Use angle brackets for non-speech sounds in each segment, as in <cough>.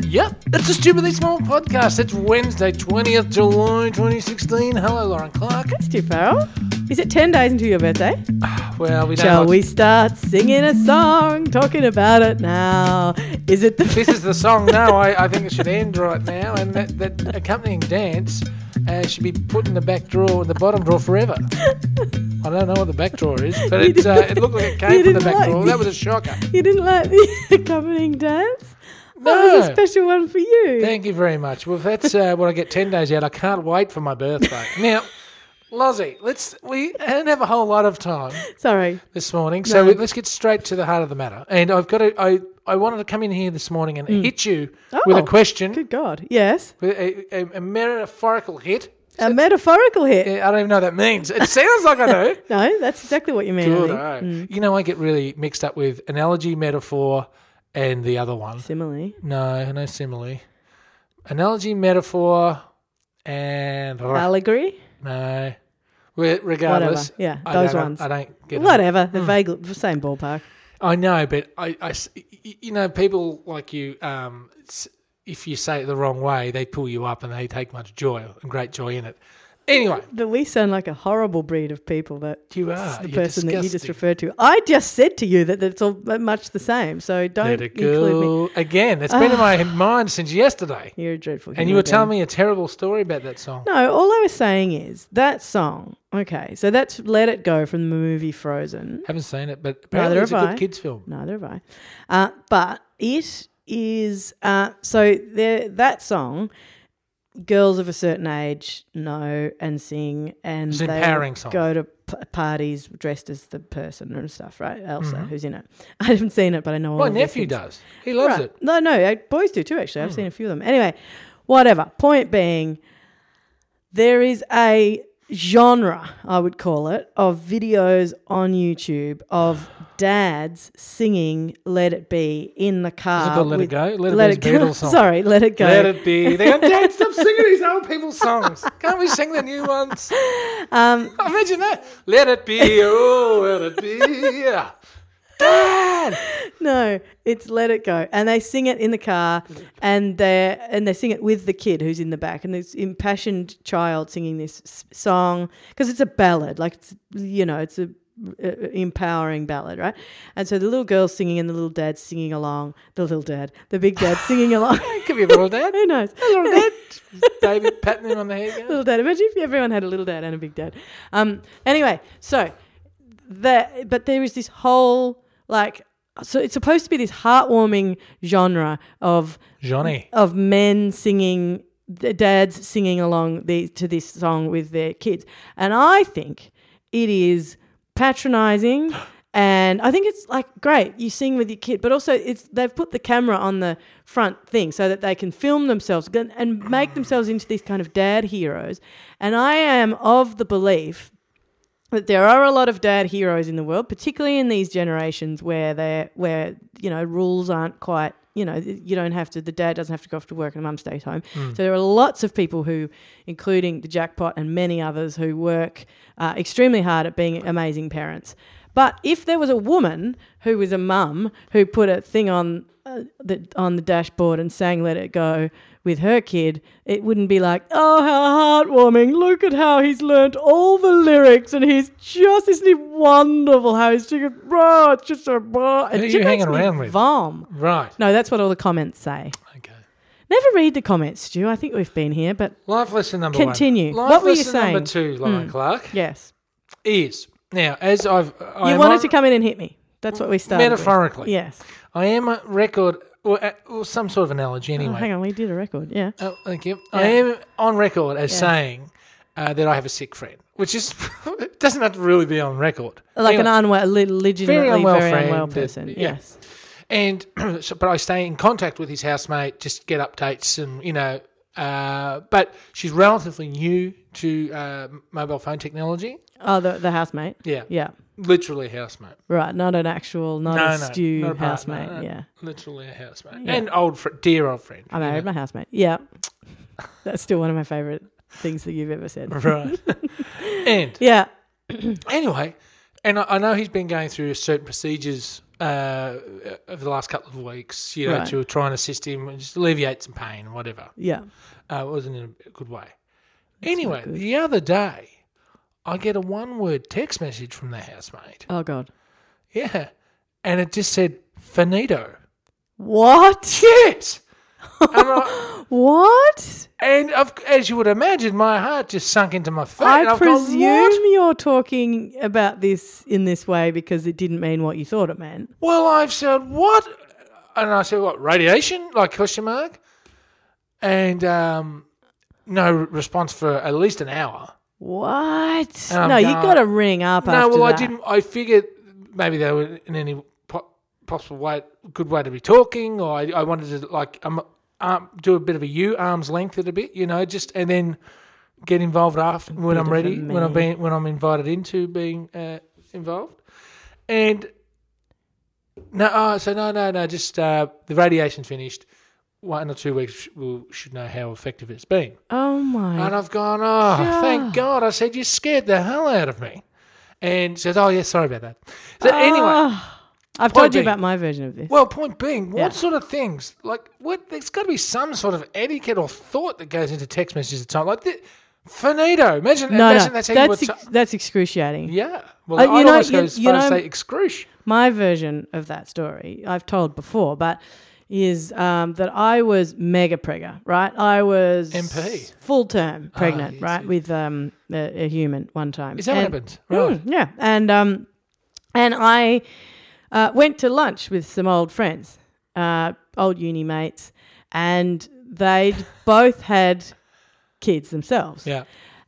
Yep, it's a stupidly small podcast. It's Wednesday, 20th July 2016. Hello, Lauren Clark. That's too far. Is it 10 days into your birthday? Well, we don't Shall like- we start singing a song, talking about it now? Is it the. This is the song now. I, I think it should end right now, and that, that accompanying dance uh, should be put in the back drawer, the bottom drawer forever. I don't know what the back drawer is, but <laughs> You it, uh, didn't- it looked like it you came from the didn't back like- drawer. That was a shocker. <laughs> you didn't like the <laughs> accompanying dance? That was a No. special one for you. Thank you very much. Well, that's uh, what I get ten days out. I can't wait for my birthday. now, Lozzie, let's we don't have a whole lot of time Sorry. this morning, so we, let's get straight to the heart of the matter. And I've got to, I I wanted to come in here this morning and hit you with a Mm. Oh, question, Good God. Yes. with a, a, a metaphorical hit. A metaphorical hit. Yeah, I don't even know what that means. It sounds like I <laughs> know. No, that's exactly what you mean. Mm. I Good, think. oh. You know, I get really mixed up with analogy, metaphor, and the other one. Simile. No, no simile. Analogy, metaphor, and Allegory. no. Re- Regardless, Whatever. Yeah, I those don't- ones. I don't get it. Hmm. Whatever. The vague, same ballpark. I know, but I, I s- y- y- you know, people like you. Um, s- if you say it the wrong way, they pull you up and they take much joy and great joy in it. Anyway, But we sound like a horrible breed of people that you are the Ah, You're person that you just disgusting. referred to. I just said to you that, that it's all much the same, so Let don't it include me. Ah. go again. It's been in my mind since yesterday. You're a dreadful. And you were telling me a terrible story about that song. No, all I was saying is that song. Okay, so that's "Let It Go" from the movie Frozen. Haven't seen it, but apparently Neither it's a have good I. kids film. Neither have I. Uh, but it is uh, so there, that song. Girls of a certain age know and sing, and It's an they empowering song. go to p- parties dressed as the person and stuff, right? Elsa, who's in it. <laughs> I haven't seen it, but I know all Mm-hmm. My of these nephew things. does. He loves Right. it. Hmm. No, no, uh, boys do too. Actually, I've seen a few of them. Anyway, whatever. Point being, there is a genre I would call it of videos on YouTube of dads singing "Let It Be" in the car. called Let It with- Go? Let It Be's <laughs> Beatles song. Sorry, "Let It Go." Let it be. They Dad, stop singing these old people's <laughs> songs. Can't we sing the new ones? Um, <laughs> Imagine that. Let it be. Oh, let it be. Dad. no, it's "Let It Go," and they sing it in the car, and they and they sing it with the kid who's in the back, and this impassioned child singing this s- song because it's a ballad, like it's you know it's a uh, empowering ballad, right? And so the little girl's singing and the little dad's singing along. The little dad, the big dad <laughs> singing along. Could be a little dad. <laughs> Who knows? Little dad. Baby patting him on the head. <laughs> little dad. Imagine if everyone had a little dad and a big dad. Um. Anyway, so that but there is this whole like so it's supposed to be this heartwarming genre of Johnny. of men singing the dads singing along the, to this song with their kids and i think it is patronizing and i think it's like great you sing with your kid but also it's they've put the camera on the front thing so that they can film themselves and- and make themselves into these kind of dad heroes and i am of the belief that there are a lot of dad heroes in the world, particularly in these generations where they where you know rules aren't quite you know you don't have to the dad doesn't have to go off to work and mum stays home. So there are lots of people who, including the jackpot and many others, who work uh, extremely hard at being amazing parents. But if there was a woman who was a mum who put a thing on uh, the, on the dashboard and sang "Let It Go" with her kid, it wouldn't be like, "Oh, how heartwarming! Look at how he's learnt all the lyrics, and he's just isn't it wonderful how he's singing, bro, it's just a bro." Who are you hanging around with? Vom. Right. No, that's what all the comments say. Okay. Never read the comments, Stu. I think we've been here, but Life lesson number Continue. one. Life What were you Hmm. lesson number two, Lauren Clark, yes, is now as I've I you am wanted on- to come in and hit me. That's what we started. with. metaphorically. Yes. I am a record, or, uh, or some sort of analogy Oh, anyway. hang on, we did a record. Yeah. Oh, thank you. I am on record as saying uh, that I have a sick friend, which is <laughs> it doesn't have to really be on record. Like Anyway, an unwell, le- legitimately very unwell unwell, friend that- person. yeah. Yes. and <clears throat> so, but I stay in contact with his housemate, just get updates, and you know. Uh, but she's relatively new to uh, mobile phone technology. Oh, the, the housemate. Yeah, Yeah. literally housemate. Right. Not an actual, not No, a no, stew not a partner, housemate. no. Yeah. Literally a housemate Yeah. and old, fr- dear old friend. I you know. married my housemate. Yeah. <laughs> That's still one of my favorite things that you've ever <laughs> said. right. and Yeah. anyway, and I, I know he's been going through certain procedures uh, over the last couple of weeks, you know, Right. to try and assist him and just alleviate some pain, or whatever. Yeah. Uh, it wasn't in a good way. anyway, the other day, I get a one word text message from the housemate. Oh God. Yeah. And it just said, finito. What? Yes. and, <laughs> I, What? and of, as you would imagine, my heart just sunk into my throat. and I I've gone, presume "What?" you're talking about this in this way because it didn't mean what you thought it meant. Well, I've said what, and I said what radiation? Like question mark, and um, no response for at least an hour. What? And I'm no, you going- got to ring up. no, after well, I that. didn't. I figured maybe they were in any po- possible way, good way to be talking, or I, I wanted to like um, um, do a bit of a U arms length it a bit, you know, just and then get involved after when I'm of a ready, when I'm man. being when I'm invited into being uh, involved, and no, oh, so no, no, no, just uh, the radiation's finished. One or two weeks, we should know how effective it's been. Oh my. And I've gone, oh, thank God. I said, you scared the hell out of me. And she says, oh, yeah, sorry about that. So anyway, Ah. I've told you being- about my version of this. well, point being, what Yeah. sort of things, like, what, there's got to be some sort of etiquette or thought that goes into text messages at the time. Like, th- finito. Imagine, no, imagine no, that's that's how you would... ex- that's excruciating. yeah. Well, Uh, I you would know- almost go you- as you far as know- say excruciate. my version of that story I've told before, but is um, that I was mega pregger, right? I was MP. full term pregnant, Ah, yes, right, yes. with um, a, a human one time. Is that And- what happens? Right. Mm, yeah, and um, and I uh, went to lunch with some old friends, uh, old uni mates, and they'd both had kids themselves Yeah.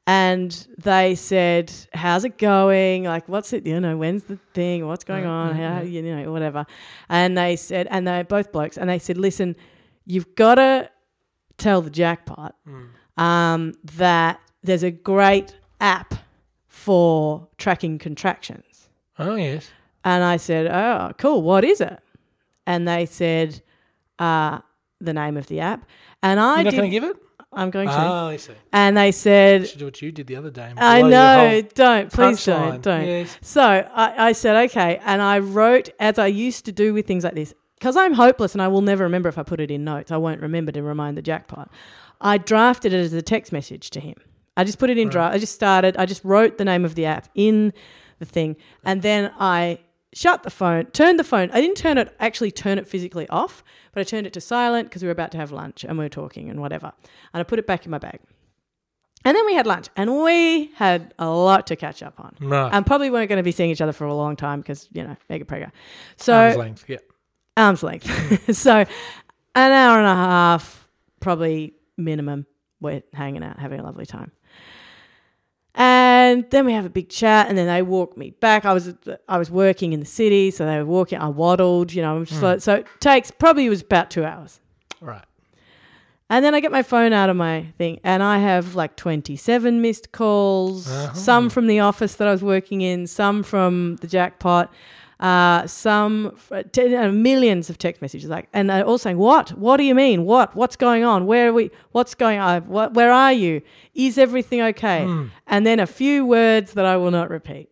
and they said, "How's it going? Like, what's it? You know, when's the thing? What's going on? How you know, whatever." And they said, and they both blokes, and they said, "Listen, you've got to tell the jackpot Hmm. um, that there's a great app for tracking contractions." Oh, yes. And I said, "Oh, cool. What is it?" And they said, uh, "The name of the app." And I You're not did. going to give it? I'm going to. Oh, I see. and they said, Should do what you did the other day. and I blow your whole know. Don't please punchline. don't don't. Yes. So I, I said okay, and I wrote as I used to do with things like this because I'm hopeless and I will never remember if I put it in notes. I won't remember to remind the jackpot. I drafted it as a text message to him. I just put it in draft. I just started. I just wrote the name of the app in the thing, and then I shut the phone, turned the phone. I didn't turn it actually turn it physically off, but I turned it to silent because we were about to have lunch and we were talking and whatever. And I put it back in my bag. And then we had lunch, and we had a lot to catch up on. Right. <laughs> And probably weren't going to be seeing each other for a long time because, you know, mega prego. So, arm's length. Yeah. arm's length. <laughs> so, an hour and a half, probably minimum, we're hanging out, having a lovely time. And then we have a big chat, and then they walk me back. I was I was working in the city, so they were walking. I waddled, you know. I'm Hmm. just like, so it takes probably it was about two hours. Right. And then I get my phone out of my thing, and I have like 27 missed calls, some from the office that I was working in, some from the jackpot, uh, some f- t- uh, millions of text messages. Like, and they're all saying, "What? What do you mean? What? What's going on? Where are we? What's going on? What, where are you? Is everything okay?" Hmm. And then a few words that I will not repeat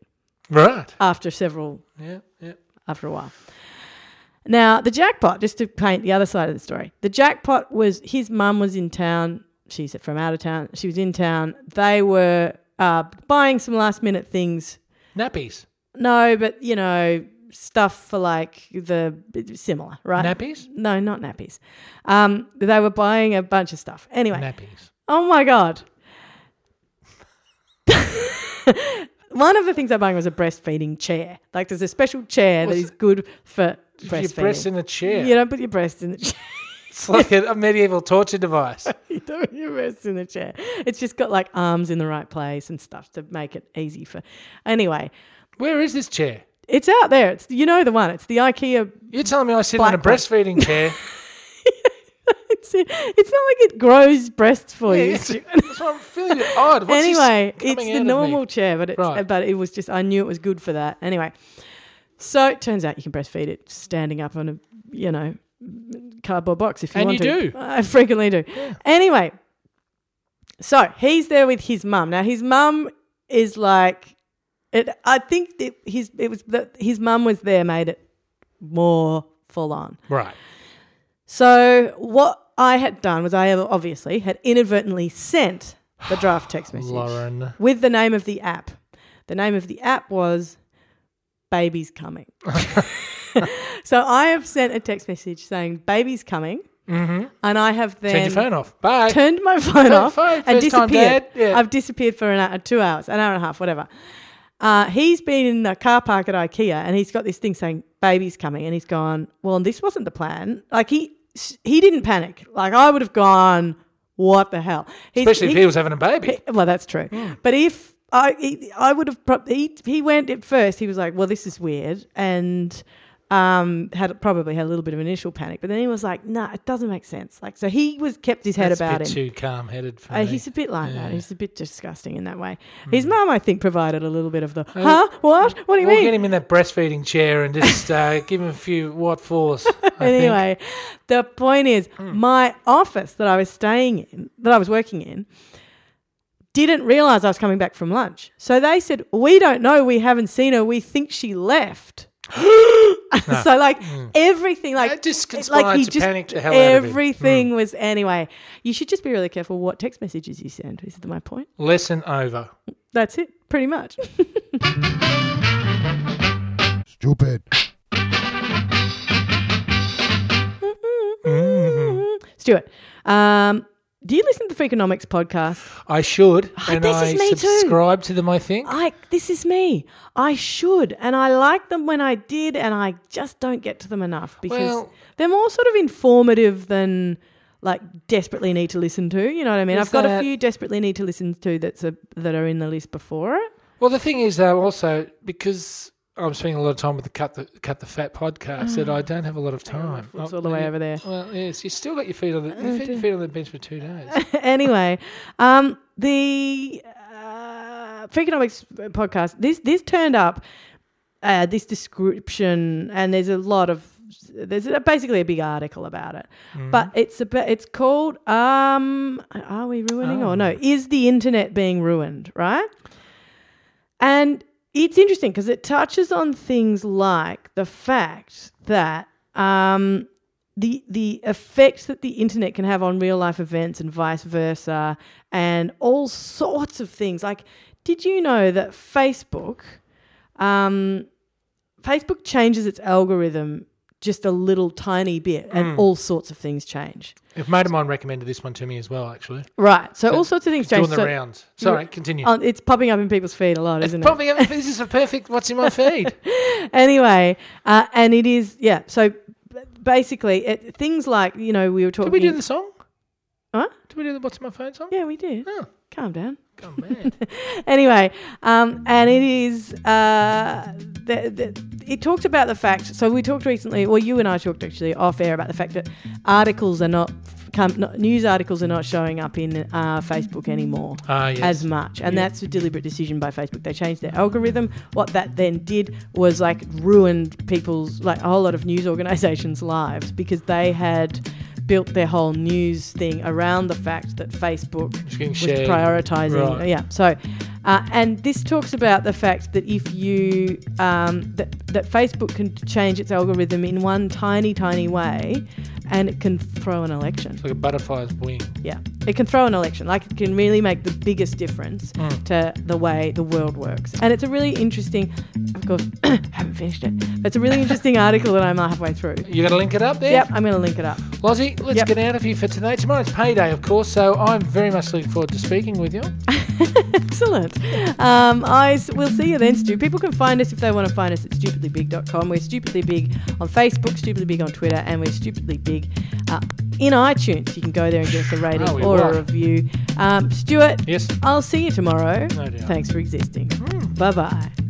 Right. after several Yeah. Yeah. after a while. Now, the jackpot, just to paint the other side of the story, the jackpot was his mum was in town. She's from out of town. She was in town. They were uh, buying some last minute things. Nappies. No, but, you know, stuff for like the similar, right? Nappies. no, not nappies. Um, they were buying a bunch of stuff. Anyway, Nappies. Oh my god. <laughs> One of the things I'm buying was a breastfeeding chair. Like there's a special chair that What's is good for Put Your breastfeeding. breasts in a chair. You don't put your breast in the <laughs> chair. It's like a, a medieval torture <laughs> device. You don't put your breast in the chair. It's just got like arms in the right place and stuff to make it easy for. Anyway, Where is this chair? it's out there. It's you know the one. It's the IKEA. <laughs> You're telling me I sit in a Black one. breastfeeding <laughs> chair? It's, it's not like it grows breasts for Yeah, you. it's- <laughs> that's what I'm feeling it odd. What's this anyway, coming it's out the of me? normal chair, but it's, Right. but it was just I knew it was good for that. Anyway, so it turns out you can breastfeed it standing up on a you know cardboard box if you And want you to. do. <laughs> I frequently do. Anyway, so he's there with his mum. Now his mum is like, it. I think it, his it was that his mum was there made it more full on. Right. So what I had done was I obviously had inadvertently sent the draft <sighs> text message Lauren. with the name of the app. The name of the app was <laughs> Baby's Coming. so I have sent a text message saying Baby's Coming, Mm-hmm. and I have then Turn your phone off. Bye. turned my phone Turn off phone, and first time disappeared. dad. Yeah. I've disappeared for an hour, two hours, an hour and a half, whatever. Uh, he's been in the car park at IKEA, and he's got this thing saying "baby's coming," and he's gone. Well, this wasn't the plan. Like he he didn't panic. Like I would have gone. What the hell? He's, Especially if he was having a baby. well, that's true. Mm. But if I, he, I would have probably he, he went at first. He was like, "Well, this is weird," and um, had probably had a little bit of initial panic. But then he was like, "No, it doesn't make sense." Like, so he was kept his head That's a about bit him. too calm headed for Uh, me. he's a bit like that. Yeah. Mm. He's a bit disgusting in that way. His mum, I think, provided a little bit of the huh, what, what do you Oh. we'll mean? get him in that breastfeeding chair and just uh, give him a few what <laughs> fours. I think. Hmm. anyway, the point is, my office that I was staying in, that I was working in, didn't realize I was coming back from lunch. So they said, We don't know. We haven't seen her. We think <gasps> she left. <laughs> so, like, everything, like, That just it's conspired to panic Hmm. the hell out of Hmm. him. Everything was, anyway, you should just be really careful what text messages you send. Is that my point? Lesson over. That's it, pretty much. Stupid. Mm-hmm. Stuart, um, do you listen to the Freakonomics podcast? I should. and this I is me too. Ah, subscribe to them, I think. I this is me. I should, and I like them when I did, and I just don't get to them enough because Well- they're more sort of informative than like desperately need to listen to. You know what I mean? Is I've got a that- few desperately need to listen to that's a, that are in the list before it. Well, the thing is, though, also because I'm spending a lot of time with the Cut the Cut the Fat podcast, that I don't have a lot of time. Mm. Oh, It's I- all the way over there. Well, yes, you still got your feet on the Oh, you've had your dear. feet on the bench for two days. <laughs> anyway, um, the uh, Freakonomics podcast. This this turned up uh, this description, and there's a lot of there's a, basically a big article about it. Mm. But it's about it's called um, are we ruining Oh. or no? Is the internet being ruined? Right, and it's interesting because it touches on things like the fact that. Um, the the effects that the internet can have on real life events and vice versa and all sorts of things like did you know that facebook um, facebook changes its algorithm just a little tiny bit and Mm. all sorts of things change If mate of mine recommended this one to me as well, actually. right so, all It's- sorts of things It's doing change the So- rounds. Sorry, continue. Oh, it's popping up in people's feed a lot it's isn't it probably this is a perfect what's <laughs> in my feed. anyway uh, and it is yeah so b- basically it, things like you know we were talking Did we do the song? Huh? Did we do the what's in my phone song? yeah we did Oh, calm down gone mad. <laughs> anyway, um, and it is uh, the, the, it talks about the fact. So we talked recently, well, you and I talked actually off air about the fact that articles are not, come, not news articles are not showing up in uh, Facebook anymore Ah, yes. as much. And Yeah. that's a deliberate decision by Facebook. They changed their algorithm. What that then did was like ruined people's, like a whole lot of news <laughs> organizations' lives because they had built their whole news thing around the fact that Facebook Just getting was shared. prioritizing. Right. Yeah. So, uh, and this talks about the fact that if you um, that that Facebook can change its algorithm in one tiny, tiny way, and it can throw an election. It's like a butterfly's wing. Yeah, it can throw an election. Like it can really make the biggest difference Mm. to the way the world works. And it's a really interesting. Of course, <coughs> haven't finished it. But it's a really interesting article that I'm halfway through. You gonna link it up there? Yep, I'm going to link it up. Lozzie, let's Yep. get out of here for today. Tomorrow's payday, of course, so I'm very much looking forward to speaking with you. Excellent. Um, I s- will see you then, Stu. People can find us if they want to find us at stupidlybig.com. We're stupidly big on Facebook, stupidly big on Twitter, and we're stupidly big uh, in iTunes. You can go there and give us a rating Oh, we or will. a review. Um, Stuart, Yes? I'll see you tomorrow. No doubt. Mm. Thanks for existing. Bye bye.